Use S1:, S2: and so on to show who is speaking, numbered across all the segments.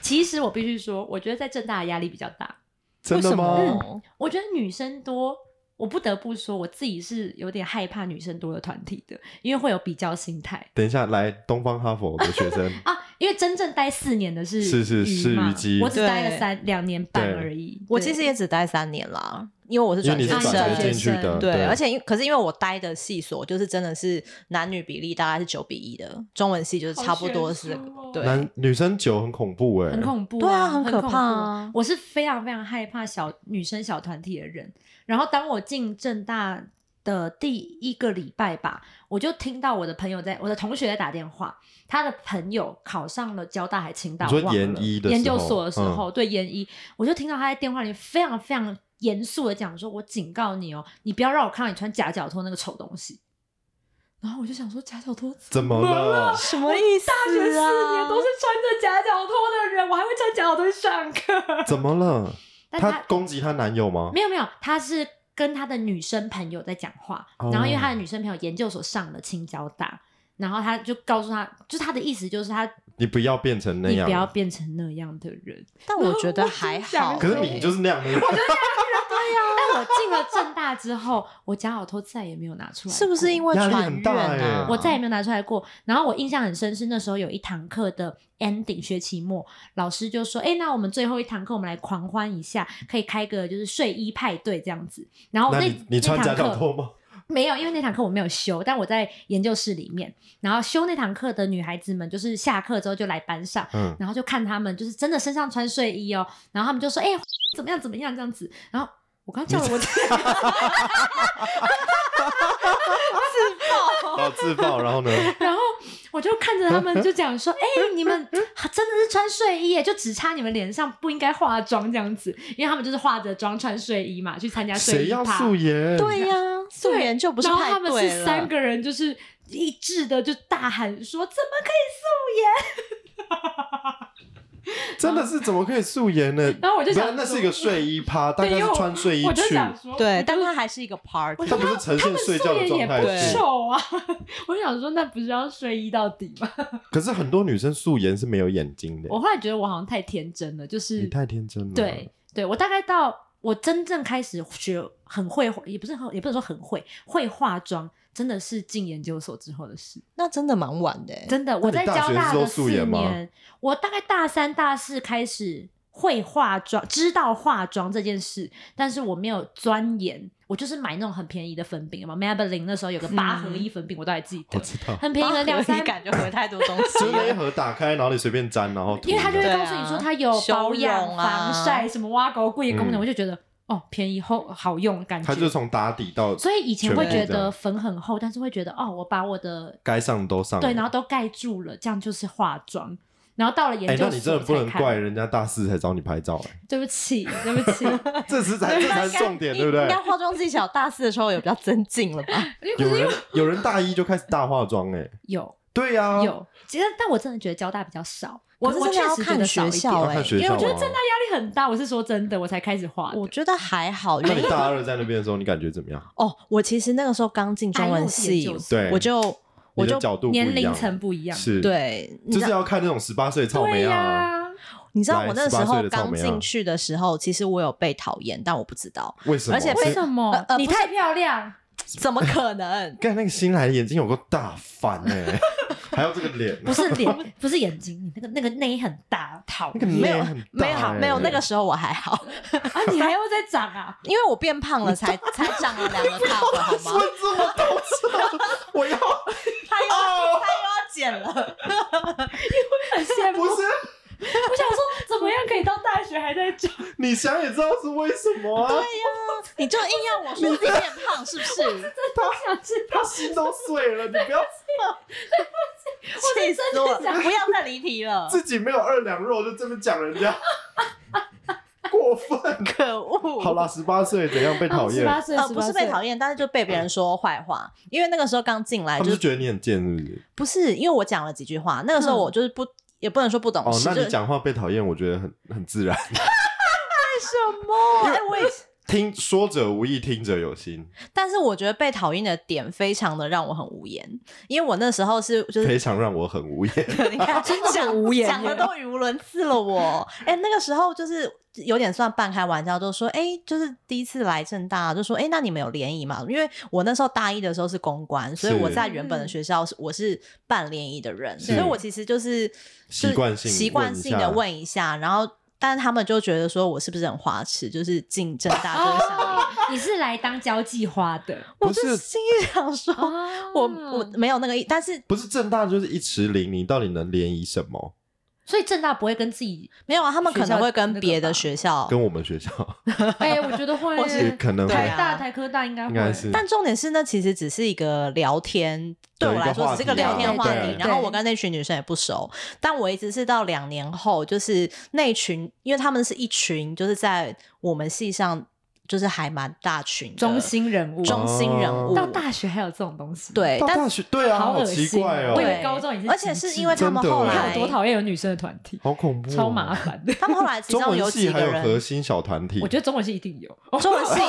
S1: 其实我必须说，我觉得在正大的压力比较大。
S2: 真的吗
S3: 为？什么
S1: 我觉得女生多，我不得不说，我自己是有点害怕女生多的团体的，因为会有比较心态
S2: 等一下，来东方哈佛的学 生
S1: 啊。因为真正待四年的是
S2: 是是是
S1: 嘛
S2: 虞姬
S1: 我只待了
S3: 对
S1: 三两年半
S2: 对
S1: 而已。
S3: 我
S1: 对
S3: 其实也只待三年啦，因为我是
S2: 因为
S3: 转
S1: 啊
S2: 你是
S3: 学生，
S2: 转
S1: 转
S2: 学
S1: 学
S2: 进去的，
S1: 生
S3: 对，而且因可是因为我待的系所就是真的是男女比例大概是九比一的，中文系就是差不多是这
S1: 好
S3: 个
S1: 悬殊哦
S3: 对。
S2: 男女生酒很恐怖哎，
S1: 很恐怖、
S3: 对
S1: 啊，
S3: 啊很可
S1: 恐怖
S3: 怕啊
S1: 我是非常非常害怕小女生小团体的人。然后当我进正大的第一个礼拜吧，我就听到我的朋友在，我的同学在打电话，他的朋友考上了交大还清大，
S2: 你说
S1: 我忘了
S2: 研一的时候嗯
S1: 研究所的时候，对研一，我就听到他在电话里非常非常严肃的讲说：“我警告你哦，你不要让我看到你穿夹脚拖那个丑东西。”然后我就想说，夹脚拖
S2: 怎么了？
S3: 什么意思、啊？
S1: 大学四年都是穿着夹脚拖的人，我还会穿夹脚拖去上课。
S2: 怎么了？
S1: 但
S2: 她
S1: 他
S2: 攻击她男友吗？
S1: 没有没有，他是跟他的女生朋友在讲话，
S2: 哦
S1: 然后因为他的女生朋友研究所上了清交大。然后他就告诉他，就是他的意思就是他，
S2: 你不要变成那
S1: 你
S2: 样，啊
S1: 不要变成那样的人。
S3: 但我觉得还好欸
S1: 我
S2: 可
S1: 只，
S2: 是你就是那样的人，
S1: 但我进了正大之后，我夹脚拖再也没有拿出来过，
S3: 是不是因为
S2: 压
S3: 传
S2: 力
S3: 染
S2: 很大
S3: 啊
S2: 欸？
S1: 我再也没有拿出来过。然后我印象很深是那时候有一堂课的 ending 学期末，老师就说：“哎、那我们最后一堂课我们来狂欢一下，可以开个就是睡衣派对这样子。”然后
S2: 那
S1: 那
S2: 你你穿
S1: 那
S2: 夹
S1: 堂
S2: 脚
S1: 课
S2: 拖吗？
S1: 没有，因为那堂课我没有修，但我在研究室里面。然后修那堂课的女孩子们，就是下课之后就来班上，
S2: 嗯，
S1: 然后就看她们就是真的身上穿睡衣哦，然后她们就说：“哎、 怎么样怎么样这样子。”然后我刚叫了我
S2: 好自爆，然后 呢？
S1: 然后我就看着他们，就讲 说：“哎、你们真的是穿睡衣耶，就只差你们脸上不应该化妆这样子，因为他们就是化着妆穿睡衣嘛，去参加睡
S2: 谁
S1: 衣
S2: 要
S1: 趴。啊
S2: 素颜？
S3: 对呀、素颜就不是
S1: 然后
S3: 派
S1: 他们
S3: 对
S1: 是
S3: 了。
S1: 三个人，就是一致的就大喊说：‘怎么可以
S2: 真的是怎么可以素颜呢？
S1: 然后我就想
S2: 不然那是一个睡衣趴，大
S1: 对
S2: 概
S1: 因
S2: 是
S1: 为我
S2: 穿睡
S1: 素
S2: 衣
S1: 颜？’我就
S2: 去，
S1: 想说，
S3: 对，
S1: 但
S3: 但他还是一个 party，
S2: 他不是呈
S1: 他
S2: 现
S1: 们
S2: 睡
S1: 素
S2: 觉的
S1: 颜
S2: 状
S1: 也
S2: 态
S1: 不
S3: 对
S2: 去。
S1: 丑啊。 我想说，那不是要睡衣到底吗？
S2: 可是很多女生素颜是没有眼睛的
S1: 我，后来觉得我好像太天真了，就是
S2: 你太天真了。
S1: 对，对，我大概到我真正开始学很会，也不是很，也不能说很会，会化妆，真的是进研究所之后的事。
S3: 那真的蛮晚的欸。
S1: 真的，
S2: 你
S1: 我在
S2: 大
S1: 交
S2: 学
S1: 大
S2: 是都
S1: 的
S2: 素
S1: 四
S2: 颜吗
S1: 年，我大概大三、大四开始会化妆，知道化妆这件事，但是我没有钻研。我就是买那种很便宜的粉饼嘛，Maybelline 那时候有个八合
S2: 嗯
S1: 一粉饼，我都还记
S2: 我
S1: 得，
S2: 知道，
S1: 很便宜的两三
S3: 感觉喝太多东西
S2: 就是那一盒打开，然后你随便沾，然后涂
S1: 因为他就会
S2: 这样
S1: 告诉你说它有
S3: 对啊
S1: 保
S3: 修
S1: 养、
S3: 容啊
S1: 防晒、什么挖沟贵的功能，
S2: 嗯
S1: 我就觉得哦，便宜后好用，感觉
S2: 他就从打底到
S1: 所以以前
S2: 全部
S1: 会觉
S2: 这样
S1: 得粉很厚，但是会觉得哦，我把我的
S2: 该上都上了。
S1: 对，然后都盖住了，这样就是化妆。然后到了研
S2: 哎，
S1: 究所才看，
S2: 那你真的不能怪人家大四才找你拍照，哎，
S1: 对不起，对不 起，
S2: 这 是才这才是重点，对不
S3: 应
S2: 对
S3: 该？化妆技巧大四的时候有比较增进了吧？
S1: 因为可
S2: 有
S1: 是
S2: 人有人大一就开始大化妆，哎，
S1: 有
S2: 对呀，
S1: 有，其实但我真的觉得交大比较少，我
S3: 可是
S1: 我
S3: 真的
S1: 确
S3: 要
S1: 实觉得少
S3: 看学
S1: 一点，
S3: 校
S2: 要
S3: 哎、
S2: 看学
S1: 因为
S2: 校
S1: 我
S2: 啊。
S1: 觉得正大压力很大，我是说真的，我才开始画的。
S3: 我觉得还好，
S2: 那
S3: 原
S2: 你
S3: 因
S2: 大二在那边的时候，你感觉怎么样？
S3: 哦，我其实那个时候刚进中
S1: 哎
S3: 文
S1: 我自己
S3: 系
S1: 也就，是
S2: 对，
S3: 我就我
S2: 你的
S3: 就
S2: 角度不一样
S1: 年龄层不一样，
S2: 是，，
S3: 对，你
S2: 就
S3: 知
S2: 是
S3: 道
S2: 要看那种十八岁的草莓
S1: 对呀、
S2: 啊，
S3: 你知道
S2: 来
S3: 我那
S2: 18
S3: 时
S2: 岁
S3: 候
S2: 的草
S3: 刚
S2: 莓啊
S3: 进去的时候，其实我有被讨厌，但我不知道，
S2: 为什么？
S3: 而且
S1: 为
S3: 被
S2: 是
S1: 什么、
S3: 呃呃
S1: 你
S3: 不是
S1: 太漂亮？
S3: 怎么可能？
S2: 干那个新来的眼睛有个大翻哎、 还有这个脸，
S1: 不 是脸，不是眼睛，你那个那个内很大，讨
S2: 那个
S1: 厌
S3: 没有
S2: 脸很大、哎欸
S3: 没有没有，那个时候我还好，
S1: 啊！你还会再长啊？
S3: 因为我变胖了才才长了两 个 cup 好
S2: 孙
S3: 吗？
S2: 子我道歉，我要
S3: 他又
S2: 啊
S1: 哦
S3: 他又要减了，
S1: 很羡慕。
S2: 不是
S1: 我想说，怎么样可以到大学还在长？
S2: 你想也知道是为什么啊，
S3: 你就硬要我说自己变胖是不是？
S1: 我想知道
S2: 他，心都碎了，你不要
S3: 气死我！不要再离题了，
S2: 自己没有二两肉就这么讲人家， 过分。
S3: 可恶！
S2: 好啦，十八岁怎样被讨厌？
S1: 哦18岁
S3: 呃，不是被讨
S1: 厌，
S3: 厌，但是就被别人说坏话，因为那个时候刚进来，
S2: 他
S3: 就
S2: 们
S3: 是
S2: 就觉得你很贱，是不是？
S3: 不是因为我讲了几句话，那个时候
S1: 嗯
S3: 我就是不、也不能说不懂
S2: 哦，
S3: 事，
S2: 那
S3: 就
S2: 你讲话被讨厌，我觉得很很自然。
S3: 什么？哎、我也
S2: 听说者无意，听者有心，
S3: 但是我觉得被讨厌的点非常的让我很无言，因为我那时候是就是
S2: 非常让我很无言。
S3: 你看，
S1: 啊真的
S3: 讲
S1: 很无言
S3: 讲的
S1: 耶
S3: 都语无伦次了我。哎、那个时候就是有点算半开玩笑，就说哎、就是第一次来正大，就说哎、那你们有联谊吗？因为我那时候大一的时候是公关，所以
S2: 是
S3: 我在原
S1: 嗯
S3: 本的学校是我是办联谊的人，
S2: 是
S3: 所以我其实就是
S2: 习惯性
S3: 习惯性
S2: 问一下
S3: 的问一下，然后。但他们就觉得说我是不是很花痴，就是进正大啊就是想联谊，
S1: 哦你是来当交际花的，哦
S3: 我
S2: 不
S3: 就是心里想说，哦
S1: 啊
S3: 我我没有那个意，但是
S2: 不是正大就是一池林，你到底能联谊什么？
S1: 所以正大不会跟自己，
S3: 没有啊，他们可
S1: 学校
S3: 能会跟
S1: 那个
S3: 别的
S1: 吧
S3: 学校。
S2: 跟我们学校
S1: 哎、我觉得会
S3: 或
S1: 耶，
S2: 也可能
S3: 对
S1: 台
S2: 会
S3: 啊，
S1: 大、台科大应该会，
S2: 应该是。
S3: 但重点是呢，其实只是一个聊天，对
S2: 有
S3: 我
S2: 一个
S3: 来说
S2: 话
S3: 只是个
S1: 题啊
S3: 聊天话
S1: 对
S3: 题
S1: 对。
S3: 然后我跟那群女生也不熟，但我一直是到两年后，就是那群，因为他们是一群，就是在我们系上就是还蛮大群的
S1: 中心人物，
S3: 中心人物，
S2: 哦
S1: 到大学还有这种东西，，
S3: 对，
S2: 到
S3: 但
S2: 大学对啊，
S1: 哎好
S2: 好
S1: 恶
S2: 奇
S1: 心
S2: 怪
S1: 哦
S2: 哦
S1: 我以，为
S3: 对
S1: 高中已经是欸
S3: 而且
S1: 极
S3: 是
S1: 致
S3: 因为他们
S2: 真的
S3: 后
S1: 你看
S3: 来
S1: 我多讨厌有女生的团体，
S2: 好恐怖哦，
S1: 超麻烦的。
S3: 他们后来其
S2: 中
S3: 中有
S2: 文
S3: 几
S2: 系
S3: 个
S2: 还有核
S3: 人，
S2: 心小团体，
S1: 我觉得中文系一定有，
S3: 中文系。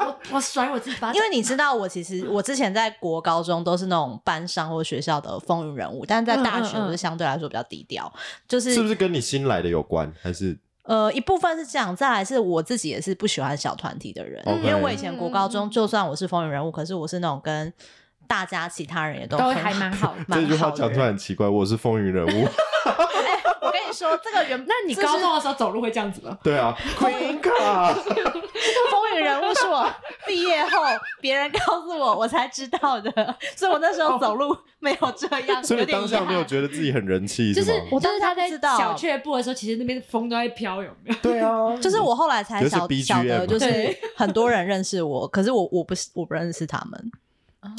S1: 我我甩我自己巴
S3: 因为你知道，我其实我之前在国高中都是那种班上或学校的风云人物，但是在大学
S1: 嗯嗯嗯
S3: 我就相对来说比较低调，就是
S2: 是不是跟你新来的有关？还是
S3: 呃，一部分是这样，再来是我自己也是不喜欢小团体的人
S2: 嗯 OK
S3: 因为我以前国高中，
S1: 嗯
S3: 就算我是风云人物，可是我是那种跟大家其他人也都
S1: 都
S3: 很
S1: 还蛮好
S3: 蛮
S2: 这句话
S3: 好的
S2: 讲出来
S3: 人。
S2: 很奇怪？我是风云人物，
S3: 我跟你说，这个原
S1: 哎 那你
S3: 就是
S1: 高中的时候走路会这样子吗？
S2: 对啊，Queen Card，
S3: 风云人物是我 毕业后别人告诉我我才知道的，所以我那时候走路没有这样，
S2: 哦所以
S3: 有
S2: 你
S3: 点
S2: 当
S3: 遗
S2: 下没有
S3: 憾。
S2: 觉得自己很人气
S1: 就是
S2: 吗？
S3: 我
S1: 就
S3: 当
S1: 是
S3: 时
S1: 他
S3: 不
S1: 在
S3: 知道
S1: 小雀步的时候，其实那边风都在飘，有没有？
S2: 对啊，
S3: 就是我后来才
S2: 就是
S3: 晓
S2: BGM
S3: 晓得，就是
S1: 嗯对
S3: 很多人认识我，可是我我不是我不认识他们，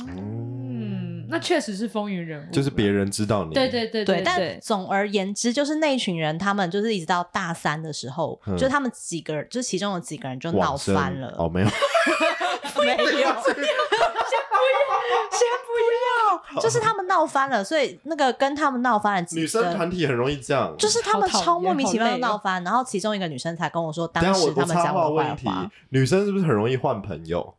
S1: 嗯，那确实是风云人物，
S2: 就是别人知道你，
S1: 对对对
S3: 对，
S1: 对，
S3: 但总而言之，就是那一群人，他们就是一直到大三的时候，
S2: 嗯
S3: 就他们几个人，就其中有几个人就闹
S2: 往生，
S3: 翻了，
S2: 哦， 没有，
S3: 没有， 就是他们闹翻了，所以那个跟他们闹翻的几
S2: 女生
S3: 个，
S2: 团体很容易这样，
S3: 就是他们
S1: 好讨厌
S3: 超莫名其妙
S1: 好
S3: 的
S1: 累哦
S3: 闹翻，然后其中一个女生才跟我说，当
S2: 等一下
S3: 时
S2: 我
S3: 他
S2: 我
S3: 们
S2: 插
S3: 讲
S2: 话
S3: 我
S2: 问
S3: 坏
S2: 题
S3: 话，，
S2: 女生是不是很容易换朋友？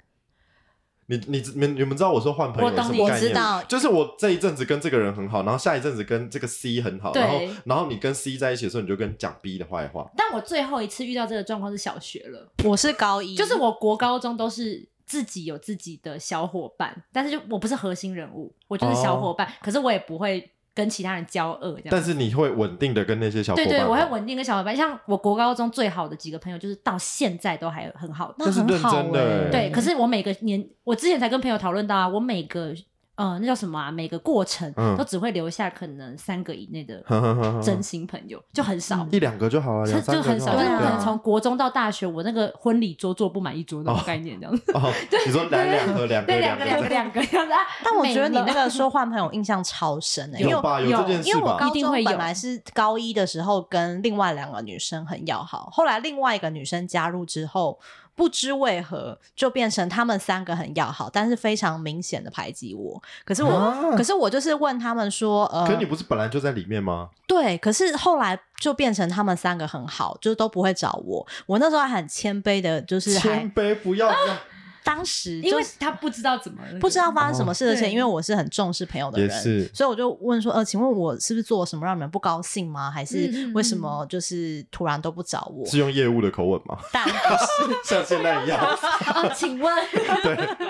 S2: 你你你们你们知道我说换朋友
S1: 我懂
S2: 是什
S1: 你
S2: 么概
S3: 我
S2: 念
S3: 知
S2: 吗
S3: 道？
S2: 就是我这一阵子跟这个人很好，然后下一阵子跟这个 C 很好，
S1: 对
S2: 然后然后你跟 C 在一起的时候，你就跟讲 B 的坏话。
S1: 但我最后一次遇到这个状况是小学了。
S3: 我是高一，
S1: 就是我国高中都是自己有自己的小伙伴，但是就我不是核心人物，我就是小伙伴，可是我也不会跟其他人交恶这样。
S2: 但是你会稳定的跟那些小伙
S1: 对
S2: 伴好，啊
S1: 对，我会稳定跟小伙伴，像我国高中最好的几个朋友，就是到现在都还很好的。
S3: 那很好
S2: 那是认真的
S3: 欸
S2: 嗯
S1: 对，可是我每个年，我之前才跟朋友讨论到啊，我每个呃那叫什么啊，每个过程
S2: 嗯
S1: 都只会留下可能三个以内的
S2: 呵呵 呵呵
S1: 真心朋友，就很少。
S2: 嗯一两个就好了，
S1: 就
S2: 两三
S1: 就
S2: 个
S1: 很
S2: 好
S1: 少，
S2: 了
S1: 就是
S3: 对
S1: 我
S3: 啊
S1: 可能从国中到大学，我那个婚礼桌坐不满一桌那种概念，这样子。
S2: 哦，你说来两盒，两盒，
S1: 对，两个两个
S2: 盒，
S1: 两个这样子啊。
S3: 但我觉得你那
S1: 没了
S3: 个说换朋友印象超深的、欸因为
S2: 有
S3: 我
S2: 吧？有这件
S3: 因
S2: 事
S3: 为我
S2: 吧？
S3: 高
S1: 一定
S3: 中
S1: 会有
S3: 本来是高一的时候跟另外两个女生很要好，后来另外一个女生加入之后，不知为何就变成他们三个很要好，但是非常明显的排挤我。可是我，
S2: 啊
S3: 可是我就是问他们说，呃，
S2: 可你不是本来就在里面吗？
S3: 对，可是后来就变成他们三个很好，就是都不会找我。我那时候还很谦卑的，就是还
S2: 谦卑，不要 这样。
S3: 当时
S1: 因
S3: 就
S1: 为
S3: 是
S1: 他不知道怎么那个，
S3: 不知道发生什么事的
S1: 哦
S3: 而且
S1: 对
S3: 因为我是很重视朋友的人，
S2: 也是
S3: 所以我就问说，呃，请问我是不是做了什么让你们不高兴吗？还
S1: 嗯
S3: 是
S1: 嗯
S3: 为什么就是突然都不找我？
S2: 是用业务的口吻吗？
S3: 但 不是
S2: 像现在一样？
S1: 哦，请问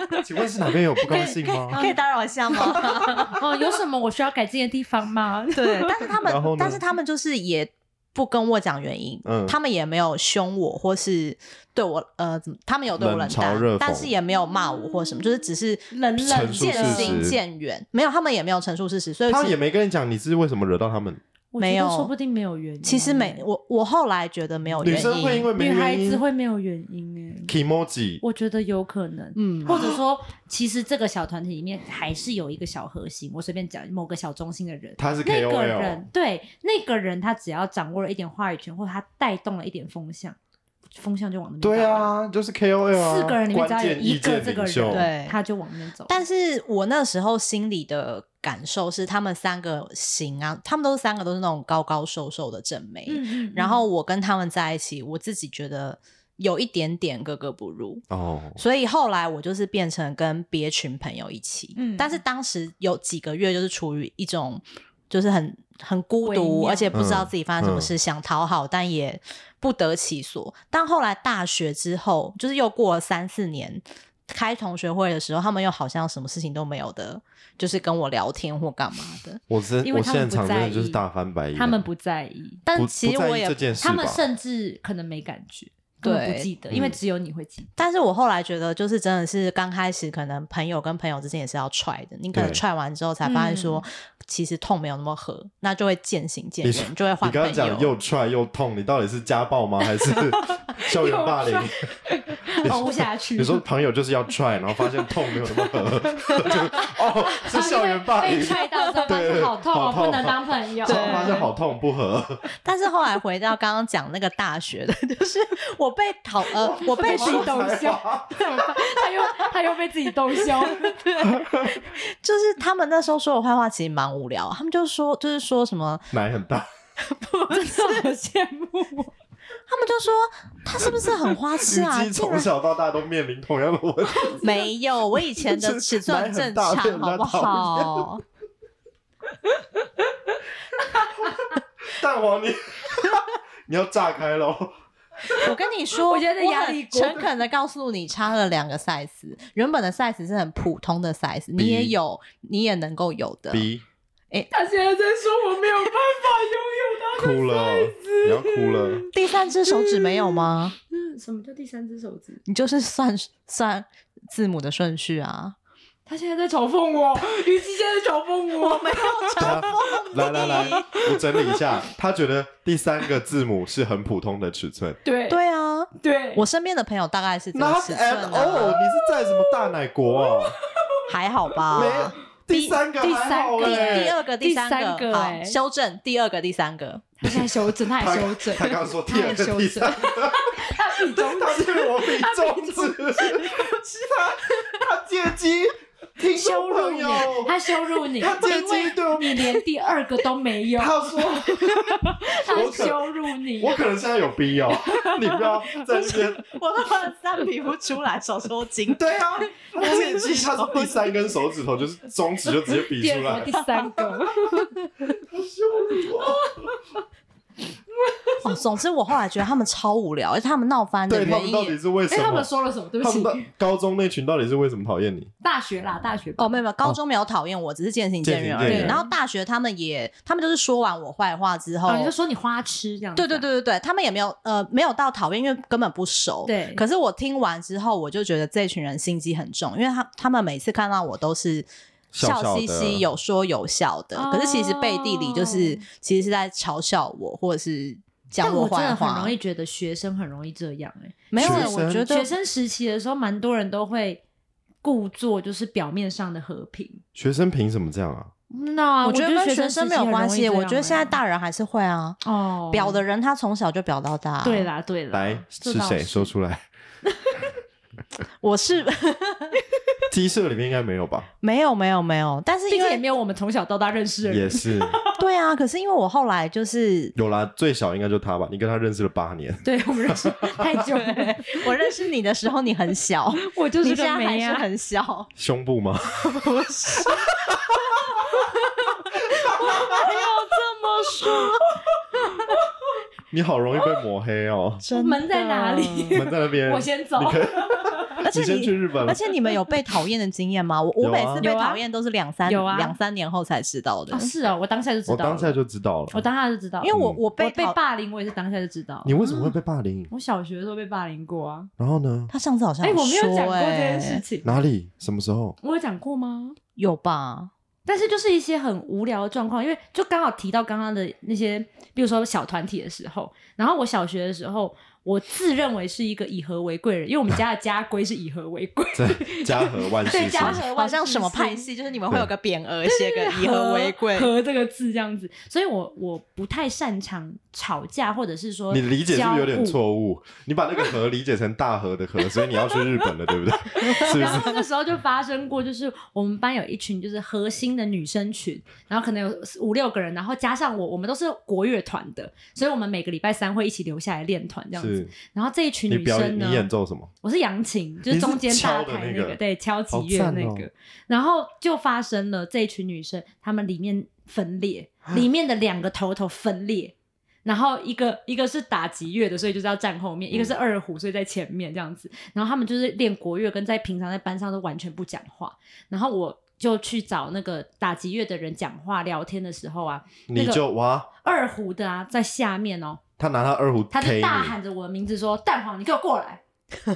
S2: 对，请问是哪边有不高 兴吗？
S3: 可以打扰一下吗？
S1: 哦，有什么我需要改进的地方吗？
S3: 对，但是他
S2: 然后
S3: 们
S2: 呢，
S3: 但是他们就是也。不跟我讲原因，
S2: 嗯
S3: 他们也没有凶我，或是对我，呃，怎么他们有对我
S2: 冷
S3: 冷
S2: 嘲
S3: 淡
S2: 热讽，
S3: 但是也没有骂我或什么，就是只是
S1: 冷冷
S2: 陈述
S3: 渐
S1: 见
S2: 事实
S3: 行渐远，没有，他们也没有陈述事实，所以
S2: 他
S3: 其
S2: 也没跟你讲你是为什么惹到他们。
S1: 我
S3: 没
S1: 觉
S3: 有
S1: 得说不定没有原因。啊欸
S3: 其实没，我我后来觉得没有
S2: 女
S3: 原
S2: 生会因
S3: 因，
S2: 为没
S1: 哦女孩
S2: 原
S1: 子
S2: 因
S1: 会没有原因哎，
S2: emoji
S1: 我觉得有可能。
S3: 嗯，
S1: 或者说，其实这个小团体里面还是有一个小核心。我随便讲，某个小中心的人，
S2: 他是
S1: 那个
S2: KOL，
S1: 人对那个人，他只要掌握了一点话语权，或者他带动了一点风向，风向就往那边。
S2: 对，啊，就是 KOL 啊。
S1: 四个人里面只
S2: 关
S1: 要有
S2: 键
S1: 一
S2: 意
S1: 个
S2: 见
S1: 这个
S2: 领袖，
S3: 对
S1: 人，他就往那边走。
S3: 但是我那时候心里的感受是，他们三个型啊，他们都是三个都是那种高高瘦瘦的正妹，
S1: 嗯，嗯嗯
S3: 然后我跟他们在一起，我自己觉得有一点点格格不入。
S2: 哦，
S3: 所以后来我就是变成跟别群朋友一起，
S1: 嗯
S3: 但是当时有几个月就是处于一种就是很很孤
S1: 微
S3: 独，
S1: 妙
S3: 而且不知道自己发生什么事，
S2: 嗯
S3: 想讨好但也不得其所。但后来大学之后，就是又过了三四年。开同学会的时候，他们又好像什么事情都没有的，就是跟我聊天或干嘛的。
S2: 我真
S1: 因为
S2: 我
S1: 他们
S2: 现
S1: 不
S2: 场真
S1: 在
S2: 的
S1: 意
S2: 就是大翻白眼，啊
S1: 他们不在意，
S2: 不
S3: 但其
S2: 不
S3: 实
S2: 在
S3: 我
S2: 意
S3: 也
S2: 这件事吧，
S1: 他们甚至可能没感觉，根本不
S3: 对
S1: 记得，因为
S2: 嗯
S1: 只有你会记得。
S3: 但是我后来觉得，就是真的是刚开始，可能朋友跟朋友之间也是要踹的。你可能
S2: 对
S3: 踹完之后才发现说，其实痛没有那么合，那就会渐行渐
S2: 你
S3: 远，就会换
S2: 你刚刚
S3: 朋
S2: 讲又
S3: 友。
S2: 踹又痛，你到底是家暴吗？ 还是校园霸凌？
S1: 呕哦下去。
S2: 你说朋友就是要踹，然后发现痛没有那么 合，就哦是
S1: 啊
S2: 校园霸凌
S1: 被，踹到之后，发
S2: 对
S1: 现好痛
S2: 好
S1: 哦，
S2: 痛
S1: 不能当朋友。
S2: 然后发现
S1: 对
S2: 好痛不合，
S3: 但是后来回到刚刚讲那个大学的， 就是我被讨呃，我被
S1: 自己
S3: 讨，
S1: 逗笑，怎么办？ 他又他又被自己逗 笑。
S3: 就是他们那时候说我坏话，其实蛮无聊。他们就说，就是说什么，
S2: 奶很大，
S1: 真的很羡慕。
S3: 他们就说他是不是很花痴啊？
S2: 虞姬
S3: 竟
S2: 从
S3: 然
S2: 小到大都面临同样的问题。
S3: 没有，我以前的尺寸很正常，好不好？
S2: 蛋黄你 你要炸开喽！
S3: 我跟你说，
S1: 我觉得压
S3: 很
S1: 力锅
S3: 诚恳的告诉你，差了两个 size。原本的 size 是很普通的 size，你也有，你也能够有的。
S2: B
S1: 他现在在说我没有办 法
S2: 哭 了，哦你要哭了。哦
S3: 第三只手指没有吗？
S1: 拥有他。什么叫第三只手指？
S3: 你就是算算字母的顺序啊。
S1: 他现在在嘲讽我，虞姬现在在嘲讽我。没
S2: 他来来来，我整理一下。他觉得第三个字母是很普通的尺寸。
S1: 对
S3: 对啊，
S1: 对，
S3: 我身边的朋友大概是这个
S2: Not
S3: 尺
S2: at
S3: 寸、啊，
S2: all，你是在什么大奶国啊？
S3: 还好吧
S2: 没？有，第三个
S1: 第
S2: 还好
S1: 三
S3: 啊第
S1: 个
S2: 欸
S3: 第二个、
S1: 第
S3: 三
S1: 三个
S3: 好，
S1: 哎
S3: 修正第二个、第三个。
S1: 他现在修正，他
S2: 他
S1: 也修正，
S2: 他刚刚说
S1: 他
S2: 第二
S1: 也
S2: 个、
S1: 修
S2: 第
S1: 正
S2: 三，个，
S1: 他比中
S2: 他对我比中指，他他借机听
S1: 羞
S2: 众
S1: 辱
S2: 朋
S1: 你
S2: 友，，
S1: 他羞辱你，
S2: 他借机对我
S1: 你连第二个都没有，
S2: 他说
S1: 他羞辱你。
S2: 我可能现在有必要，你不要在这边。
S3: 我都三皮不出来，手抽筋。
S2: 对啊，他借机他说第三根手指头就是中指就直接比
S1: 第
S2: 出
S1: 二个、
S2: 来
S1: 第，三个，
S2: 羞辱我。
S3: 哦，总之我后来觉得他们超无聊，而且他们闹翻的
S2: 对他
S3: 原
S2: 们
S3: 因
S2: 到
S3: 也
S2: 底是为什
S1: 哎，
S2: 么？
S1: 他们说了什么？对不
S2: 他
S1: 起
S2: 们，到高中那群到底是为什么讨厌你？
S1: 大学啦，大学吧
S3: 哦，没有没有，高中没有讨厌我，只是渐行渐远
S2: 渐行
S3: 而
S2: 渐
S3: 已。
S1: 远
S3: 然后大学他们也，他们就是说完我坏话之后，
S1: 哦，你就说你花痴这样子啊。
S3: 对对对对对，他们也没有呃没有到讨厌，因为根本不熟。
S1: 对
S3: 可是我听完之后，我就觉得这群人心机很重，因为他他们每次看到我都是。
S2: 笑笑的
S3: 嘻嘻，有说有笑的，可是其实背地里就是、
S1: 哦
S3: 其实是在嘲笑我，或者是讲
S1: 但我真
S3: 坏
S1: 的很
S3: 话
S1: 容。易觉得学生很容易这样哎、
S3: 没有，欸
S2: 学
S3: 我
S2: 生
S3: 觉得
S1: 学生时期的时候，蛮多人都会故作就是表面上的和平。
S2: 学生凭什么这样啊？
S1: 那
S3: 嗯我觉得跟
S1: 学
S3: 学生没有关系。我觉得现在大人还是会啊，
S1: 欸哦
S3: 表的人他啊从小就表到大、
S1: 对，啦对啦，
S2: 来
S1: 这
S2: 是
S1: 倒
S2: 谁
S1: 是
S2: 说出来
S3: 我是
S2: 鸡舍里面应该没有吧？
S3: 没有没有没有，但是
S1: 毕
S3: 因
S1: 竟也没
S3: 为
S1: 有我们从小到大认识的
S2: 也
S1: 人。
S2: 是
S3: 对啊，可是因为我后 来就是
S2: 有啦，最小应该就他吧？你跟他认识了八年，
S1: 对我们认识太久了，
S3: 我认识你的时候你很 小，
S1: 我就
S3: 你
S1: 是
S3: 现
S1: 个
S3: 在还
S1: 没
S3: 是
S1: 啊，
S3: 很小，
S2: 胸部吗？
S3: 不是。我没有哎这么说，。
S2: 你好容易被抹黑哦
S1: 我门在哪里
S2: 你们在那边，
S1: 我先走
S2: 你可以
S3: 而且
S2: 你先去日本
S3: 而且你们有被讨厌的经验吗？我我
S2: 有啊
S3: 每次被讨厌都是两三
S1: 有啊
S3: 两三年后才知道的
S1: 哦，是哦，我当下就知
S2: 我
S1: 道了，
S2: 当下就知道
S1: 我
S2: 了。
S1: 当下就知道，
S3: 因为我
S2: 嗯
S3: 我
S1: 我
S3: 被
S1: 被
S3: 讨
S1: 霸凌，我也是当下就知道。
S2: 你为什么会被霸凌？
S1: 我小学的时候被霸凌过啊，
S2: 然后呢？
S3: 他上次好像
S1: 哎、
S3: 有
S1: 我没有
S3: 说
S1: 讲过这
S3: 哎
S1: 件事情，
S2: 哪里？什么时候？
S1: 我有讲过吗？
S3: 有吧？
S1: 但是就是一些很无聊的状况，因为就刚好提到刚刚的那些，比如说小团体的时候，然后我小学的时候，我自认为是一个以和为贵人，因为我们家的家规是以和为贵，
S2: 在家和万事
S1: 对
S2: 兴
S1: 家和万
S3: 好
S1: 事
S3: 像什么派
S1: 兴
S3: 系，就是你们会有个匾额，写个以和为贵。
S1: 和这个字这样子，所以我我不太擅长吵架，或者是说
S2: 你理解是不
S1: 交
S2: 是有点
S1: 恶
S2: 错误？你把那个和理解成大和 的和，所以你要去日本了，对不对？是不
S1: 然
S2: 是？
S1: 后那时候就发生过，就是我们班有一群就是核心的女生群，然后可能有五六个人，然后加上我，我们都是国乐团的，所以我们每个礼拜三会一起留下来练团这样子。
S2: 是
S1: 然后这一群
S2: 你
S1: 女
S2: 表演
S1: 生呢
S2: 你，演奏什么？
S1: 我是扬琴，就是中间大台
S2: 你是敲的
S1: 那
S2: 那个
S1: 对，敲击乐
S2: 好
S1: 那
S2: 赞哦
S1: 个。然后就发生了这一群女生，她们里面分裂，里面的两个头头分裂。然后一个一个是打击乐的，所以就是要站后面；一
S2: 嗯
S1: 个是二胡，所以在前面这样子。然后他们就是练国乐，跟在平常在班上都完全不讲话。然后我就去找那个打击乐的人讲话聊天的时候啊，
S2: 你就哇，
S1: 二胡的啊在下面哦，
S2: 他拿他二胡
S1: 他就
S2: 推
S1: 大
S2: 你，
S1: 喊着我的名字说：“蛋黄，你给我过来！”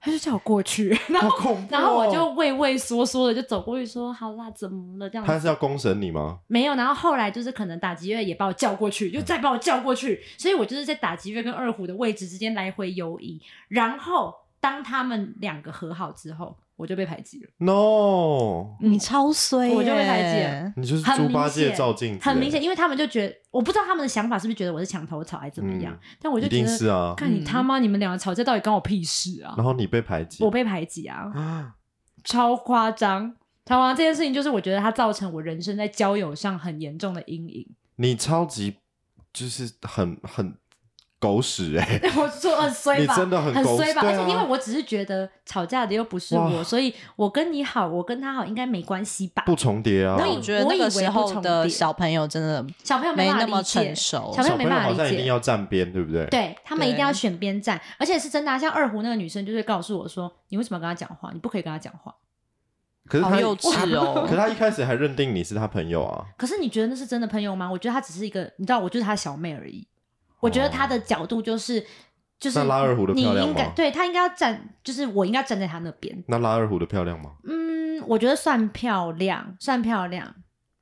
S1: 他就叫我过去，然后
S2: 好恐怖哦
S1: 然后我就畏畏缩缩的就走过去说：“好啦，怎么了？”这样子
S2: 他是要公审你吗？
S1: 没有。然后后来就是可能打击乐也把我叫过去，就再把我叫过去，所以我就是在打击乐跟二胡的位置之间来回游移。然后当他们两个和好之后，我就被排挤了，
S2: No，
S3: 你超衰耶，欸
S1: 我就被排挤了
S2: 你就是
S1: 很
S2: 猪八
S1: 明
S2: 戒
S1: 显
S2: 照镜子欸，
S1: 很明显，因为他们就觉得我不知道他们的想法是不是觉得我是墙头草还是怎
S2: 嗯
S1: 么样，但我就
S2: 一
S1: 觉
S2: 定
S1: 得
S2: 是啊。
S1: 看你他妈，你们两个吵架到底关我屁事啊！
S2: 然后你被排挤，
S1: 我被排挤 啊，
S2: 啊，
S1: 超夸张。台湾这件事情，就是我觉得它造成我人生在交友上很严重的阴影。
S2: 你超级就是很很狗屎哎，
S1: 我说很衰吧，
S2: 你真的很
S1: 很
S2: 狗
S1: 衰吧，
S2: 对
S1: 而
S2: 啊
S1: 且因为我只是觉得吵架的又不是
S2: 哇
S1: 我，所以我跟你好，我跟他好应该没关系吧？
S2: 不重叠啊
S1: 那！
S3: 但我觉得那个时候的小朋友真的
S1: 小朋友没
S3: 没
S1: 办法
S3: 那么
S1: 理解
S3: 成熟，
S1: 小朋友
S2: 小朋
S1: 没
S2: 友
S1: 办法
S2: 好
S1: 理
S2: 像一定
S1: 解
S2: 要站边，对不对？
S1: 对他们一定
S3: 对
S1: 要选边站，而且是真的、啊。像二胡那个女生就会告诉我说：“你为什么要跟他讲话？你不可以跟他讲话。
S2: 可是
S3: 好
S2: 他
S3: 幼稚哦
S2: 可是他一开始还认定你是他朋友啊”，
S1: 可是你觉得那是真的朋友吗？我觉得她只是一个，你知道，我就是她小妹而已。我觉得她的角度就是，就是
S2: 那拉二胡的
S1: 你
S2: 漂亮
S1: 应该
S2: 吗
S1: 对她应该要站，就是我应该站在她那边。
S2: 那拉二胡的漂亮吗？
S1: 嗯，我觉得算漂亮，算漂亮。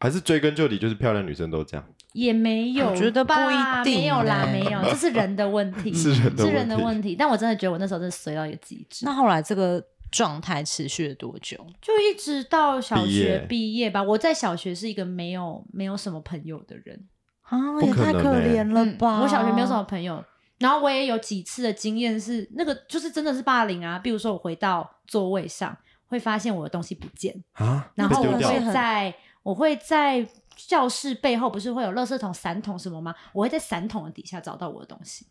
S2: 还是追根究底就是漂亮女生都这样？
S1: 也没有吧，
S3: 我觉得不一定
S1: 没有啦，
S3: 欸
S1: 没 有，哎这是人的问题，
S2: 是人的
S1: 是人的
S2: 问题
S1: 问题。但我真的觉得我那时候真的衰到一个极致，
S3: 那后来这个状态持续了多久？
S1: 就一直到小
S2: 毕业
S1: 学毕业吧。我在小学是一个没有没有什么朋友的人，
S3: 啊，
S2: 不
S3: 也
S2: 可
S3: 太
S2: 能
S3: 可
S2: 欸
S3: 怜了吧！
S1: 嗯我小学没有什么朋友。然后我也有几次的经验是，那个就是真的是霸凌啊。比如说我回到座位上，会发现我的东西不见，
S2: 啊，
S1: 然后
S2: 被
S1: 我
S2: 丢掉
S1: 会在我会在教室背后不是会有垃圾桶、散桶什么吗？我会在散桶的底下找到我的东西。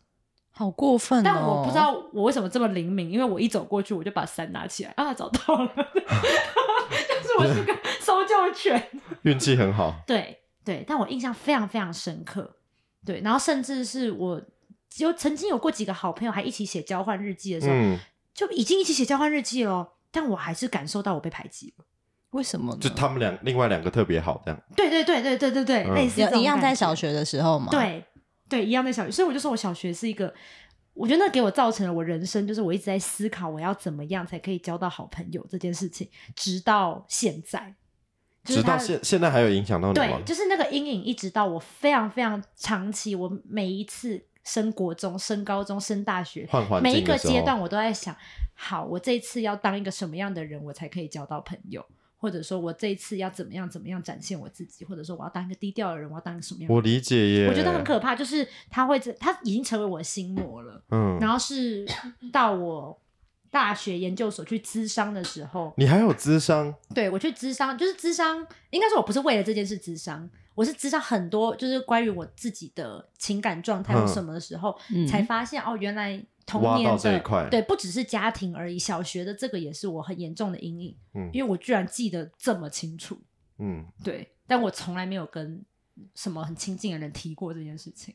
S3: 好过分哦！
S1: 但我不知道我为什么这么灵敏，因为我一走过去我就把伞拿起来啊，找到了， 但是我是个搜救犬。
S2: 运气很好，
S1: 对对，但我印象非常非常深刻。对，然后甚至是我有曾经有过几个好朋友还一起写交换日记的时候，
S2: 嗯，
S1: 就已经一起写交换日记了，哦但我还是感受到我被排挤了。
S3: 为什么呢，
S2: 就他们两另外两个特别好这样，
S1: 对对对对对对对，
S2: 嗯
S1: 类似这
S3: 有
S1: 种
S3: 一样
S1: 感觉
S3: 在小学的时候嘛，，
S1: 对对，一样在小学，所以我就说我小学是一个，我觉得那给我造成了我人生，就是我一直在思考我要怎么样才可以交到好朋友这件事情，直到现在，就是
S2: 直到
S1: 他
S2: 现现在还有影响到你吗
S1: 对，？就是那个阴影一直到我非常非常长期，我每一次升国中、升高中、升大学，
S2: 换环境
S1: 每一个
S2: 的时候
S1: 阶段我都在想，好，我这一次要当一个什么样的人，我才可以交到朋友。或者说我这一次要怎么样怎么样展现我自己，或者说我要当一个低调的人，我要当一个什么样的人
S2: 我理解耶，
S1: 我觉得很可怕，就是他会，他已经成为我的心魔了。
S2: 嗯，
S1: 然后是到我大学研究所去咨商的时 候，
S2: 你还有智商，
S1: 对我去咨商，就是咨商，应该说我不是为了这件事咨商，我是咨商很多，就是关于我自己的情感状态或
S2: 嗯
S1: 什么的时候，
S3: 嗯
S1: 才发现哦，原来童
S2: 挖
S1: 年
S2: 到这一
S1: 的
S2: 块
S1: 对，不只是家庭而已，小学的这个也是我很严重的阴影，
S2: 嗯
S1: 因为我居然记得这么清楚，
S2: 嗯，
S1: 对，但我从来没有跟什么很亲近的人提过这件事情。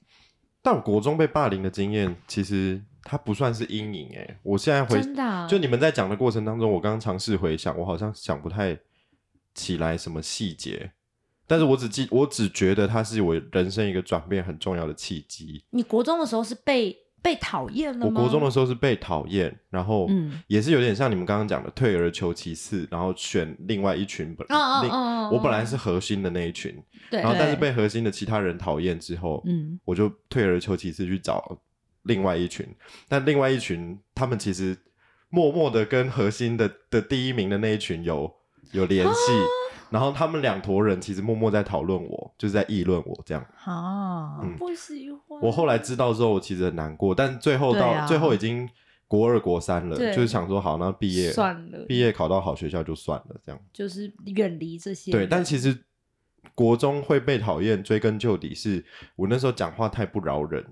S2: 但我国中被霸凌的经验，其实它不算是阴影哎，我现在回
S1: 真的啊、
S2: 就你们在讲的过程当中，我刚刚尝试回想，我好像想不太起来什么细节，但是我只记，我只觉得它是我人生一个转变很重要的契机。
S1: 你国中的时候是被被讨厌了
S2: 我
S1: 吗？
S2: 国中的时候是被讨厌，然后
S3: 嗯
S2: 也是有点像你们刚刚讲的退而求其次，然后选另外一群本，
S1: 嗯嗯
S2: 另
S1: 嗯嗯
S2: 我本来是核心的那一群，
S1: 对
S2: 然后但是
S3: 对
S2: 被核心的其他人讨厌之后，
S3: 嗯，
S2: 我就退而求其次去找另外一群，但另外一群他们其实默默的跟核心的的第一名的那一群有有联系，然后他们两坨人其实默默在讨论我，就是在议论我这样。
S3: 啊，
S2: 嗯
S1: 不喜欢。
S2: 我后来知道之后，我其实很难过，但最后到、
S3: 对啊
S2: 最后已经国二国三了，
S1: 对
S2: 就是想说好，那毕业
S1: 算了
S2: 毕业考到好学校就算了这样。
S1: 就是远离这些人。
S2: 对，但其实国中会被讨厌，追根究底是我那时候讲话太不饶人，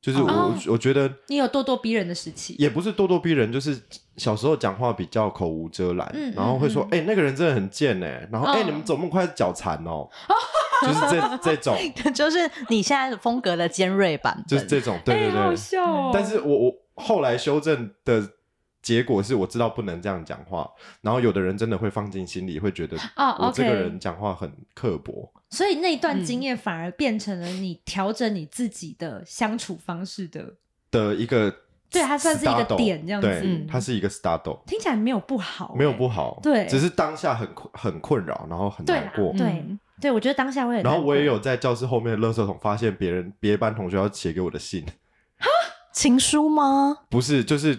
S2: 就是我、
S1: 哦
S2: 我觉得
S1: 你有咄咄逼人的时期，
S2: 也不是咄咄逼人，就是小时候讲话比较口无遮拦，
S1: 嗯
S2: 然后会说
S1: 嗯：“
S2: 哎、那个人真的很贱哎、然后哎、
S1: 嗯
S2: 你们怎么那么快就脚残 哦？”就是这这种，
S3: 就是你现在风格的尖锐版
S2: 就
S3: 本，
S2: 是这种，对
S1: 哎、
S2: 对
S1: 好
S2: 对。
S1: 笑哦！
S2: 但是我我后来修正的结果是我知道不能这样讲话，然后有的人真的会放进心里，会觉得
S1: 哦
S2: 我这个
S1: OK
S2: 人讲话很刻薄。
S1: 所以那段经验反而变成了你调整你自己的相处方式的，
S2: 的一个 startle，
S1: 对它算是一个点这样子
S2: 对
S3: 嗯
S2: 它是一个 startle，
S1: 听起来没有不好、
S2: 没有
S1: 哎
S2: 不好，
S1: 对
S2: 只是当下很困很困扰，然后很
S1: 对
S2: 难
S1: 啦
S2: 过。
S1: 对、
S3: 嗯
S1: 对，我觉得当下会很难
S2: 然
S1: 过。
S2: 后我也有在教室后面的垃圾桶发现别人别班同学要写给我的信，
S3: 情书吗？
S2: 不是就是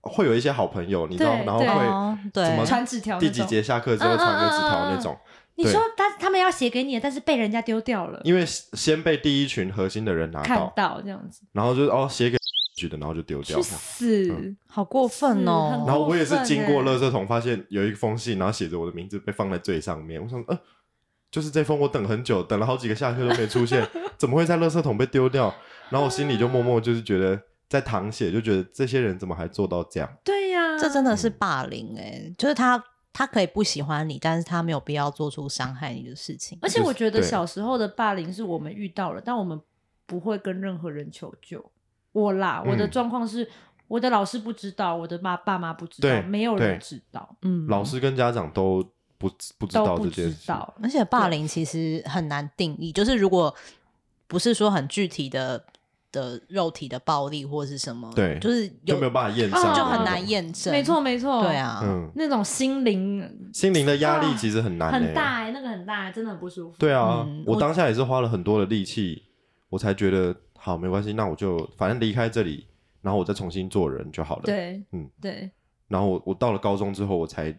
S2: 会有一些好朋友，你知道，
S1: 对
S2: 然后
S1: 对
S2: 会
S3: 哦，对
S2: 怎么，
S1: 传纸条那
S2: 第
S1: 种嗯
S2: 几节下课之后传个纸条那种，
S1: 你
S2: 对
S1: 说他他们要写给你，但是被人家丢掉了，
S2: 因为先被第一群核心的人拿
S1: 嗯看
S2: 到，
S1: 到这样子，
S2: 然后就是哦写给 举的，然后就丢掉
S1: 去。死！
S2: 嗯
S3: 好过分
S1: 是很
S3: 哦
S2: 然！后我也是
S1: 过分
S2: 经过
S1: 欸
S2: 垃圾桶，发现有一封信，然后写着我的名字被放在最上面。我想，呃，就是这封我等很久，等了好几个下课都没 出现，怎么会在垃圾桶被丢掉？然后我心里就默默就是觉得在淌血，就觉得这些人怎么还做到这样？
S1: 对呀、
S3: 这真的是霸凌哎、就是他他可以不喜欢你，但是他没有必要做出伤害你的事情。
S1: 而且我觉得
S2: 对
S1: 小时候的霸凌是我们遇到了，但我们不会跟任何人求救。我啦，
S2: 嗯
S1: 我的状况是，我的老师不知道，我的妈爸妈不知
S2: 对
S1: 道，没有
S2: 对
S1: 人知道，
S3: 嗯
S2: 老师跟家长都不不知
S1: 都
S2: 道
S1: 不
S2: 这件
S1: 知
S2: 事，
S1: 道。
S3: 而且霸凌其实很难定义，就是如果不是说很具体的的肉体的暴力或是什么，
S2: 对
S3: 就是
S2: 就
S3: 有
S2: 没有办法验
S1: 啊
S2: 伤，
S3: 就很难。验证，
S1: 没错，，没错，
S3: 对，啊，
S2: 嗯，
S1: 那种心 灵
S2: 心灵的压力
S1: 啊
S2: 其实很难、欸，
S1: 很大、欸，那个很大、欸，真的很不舒服。
S2: 对啊，
S3: 嗯
S2: 我
S3: 我
S2: 当下也是花了很多的力气，我才觉得好没关系，那我就反正离开这里，然后我再重新做人就好了。，
S1: 对，
S2: 嗯，
S1: 对，
S2: 然后我我到了高中之后，我才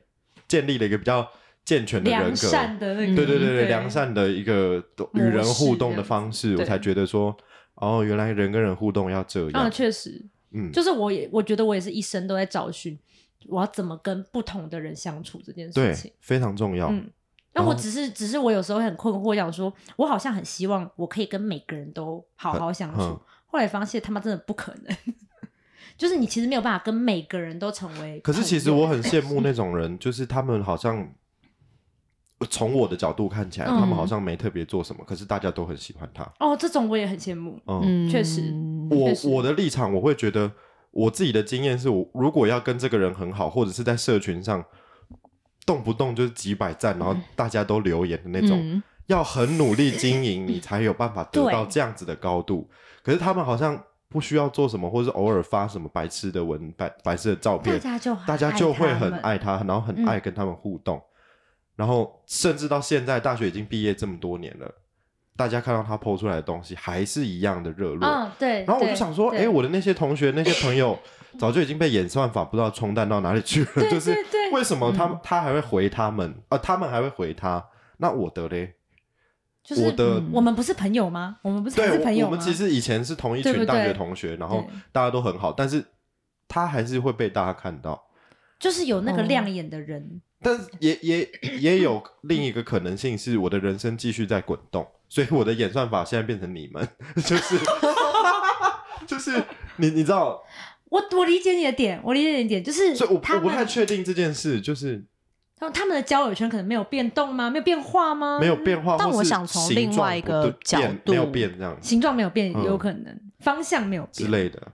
S2: 建立了一个比较健全的人
S1: 良
S2: 格，
S1: 善的那个，
S3: 嗯
S2: 对对对对，良善的一个呃与人互动的方式，
S1: 模式这样子
S2: 我才觉得说，哦，原来人跟人互动要这
S1: 嗯，
S2: 样，
S1: 确实，
S2: 嗯，
S1: 就是我也我觉得我也是一生都在找寻我要怎么跟不同的人相处这件
S2: 对
S1: 事情。，
S2: 非常重要，
S1: 嗯但我
S2: 哦然后
S1: 只是，只是我有时候会很困惑，想说，我好像很希望我可以跟每个人都好好相处。
S2: 嗯嗯
S1: 后来发现他妈真的不可能， 就是你其实没有办法跟每个人都成为朋友。
S2: 可是其实我很羡慕那种人，就是他们好像从我的角度看起来，他们
S1: 嗯
S2: 好像没特别做什么，可是大家都很喜欢他。
S1: 哦，这种我也很羡慕。
S2: 嗯，
S3: 嗯，
S1: 确实
S2: 我
S1: 确实
S2: 我的立场，我会觉得我自己的经验是我如果要跟这个人很好，或者是在社群上动不动就是几百赞，然
S1: 嗯
S2: 后大家都留言的那种，
S3: 嗯
S2: 要很努力经营，你才有办法得到
S1: 对
S2: 这样子的高度。可是他们好像不需要做什么，或是偶尔发什么白痴的文、白白痴的照
S1: 大
S2: 片，
S1: 家就很
S2: 大家就会
S1: 爱他
S2: 很
S1: 们。
S2: 爱他，然后很
S1: 嗯
S2: 爱跟他们互动，然后甚至到现在大学已经毕业这么多年了，大家看到他 PO 出来的东西还是一样的热络。
S1: 嗯，对。
S2: 然后我就
S1: 对
S2: 想说，
S1: 对
S2: 哎，我的那些同学、那些 朋友，早就已经被演算法不知道冲淡到哪里去了。 就是
S1: 对对
S2: 为什么他们
S3: 嗯
S2: 他还会回他们啊？他们还会回他？那我的嘞？
S1: 就是
S2: 我的
S1: 我们不是朋友吗？我们不是还
S2: 对
S1: 是朋
S2: 我，
S1: 友
S2: 我
S1: 吗？
S2: 们其实以前是同一
S1: 对
S2: 群
S1: 不
S2: 大学
S1: 对
S2: 同学，然后
S1: 对
S2: 大家都很好，但是他还是会被大家看到。
S1: 就是有那个
S2: 嗯
S3: 哦
S1: 亮眼的人，
S2: 但是也也也有另一个可能性是，我的人生继续在滚动，所以我的演算法现在变成你们， 就是 就是你你知道，
S1: 我我理解你的点，我理解你的点，就是
S2: 所以我
S1: 他
S2: 我不太
S1: 们
S2: 确定这件事，就是
S1: 他们他们的交友圈可能没有变动吗？没有变化吗？
S2: 没有变化，
S3: 但
S2: 或是
S3: 我想从
S2: 形状
S3: 另外一个
S2: 不对变
S3: 角度
S2: 没有变这样
S1: 形状没有变，
S2: 嗯
S1: 有可能方向没有
S2: 之
S1: 变。
S2: 类的，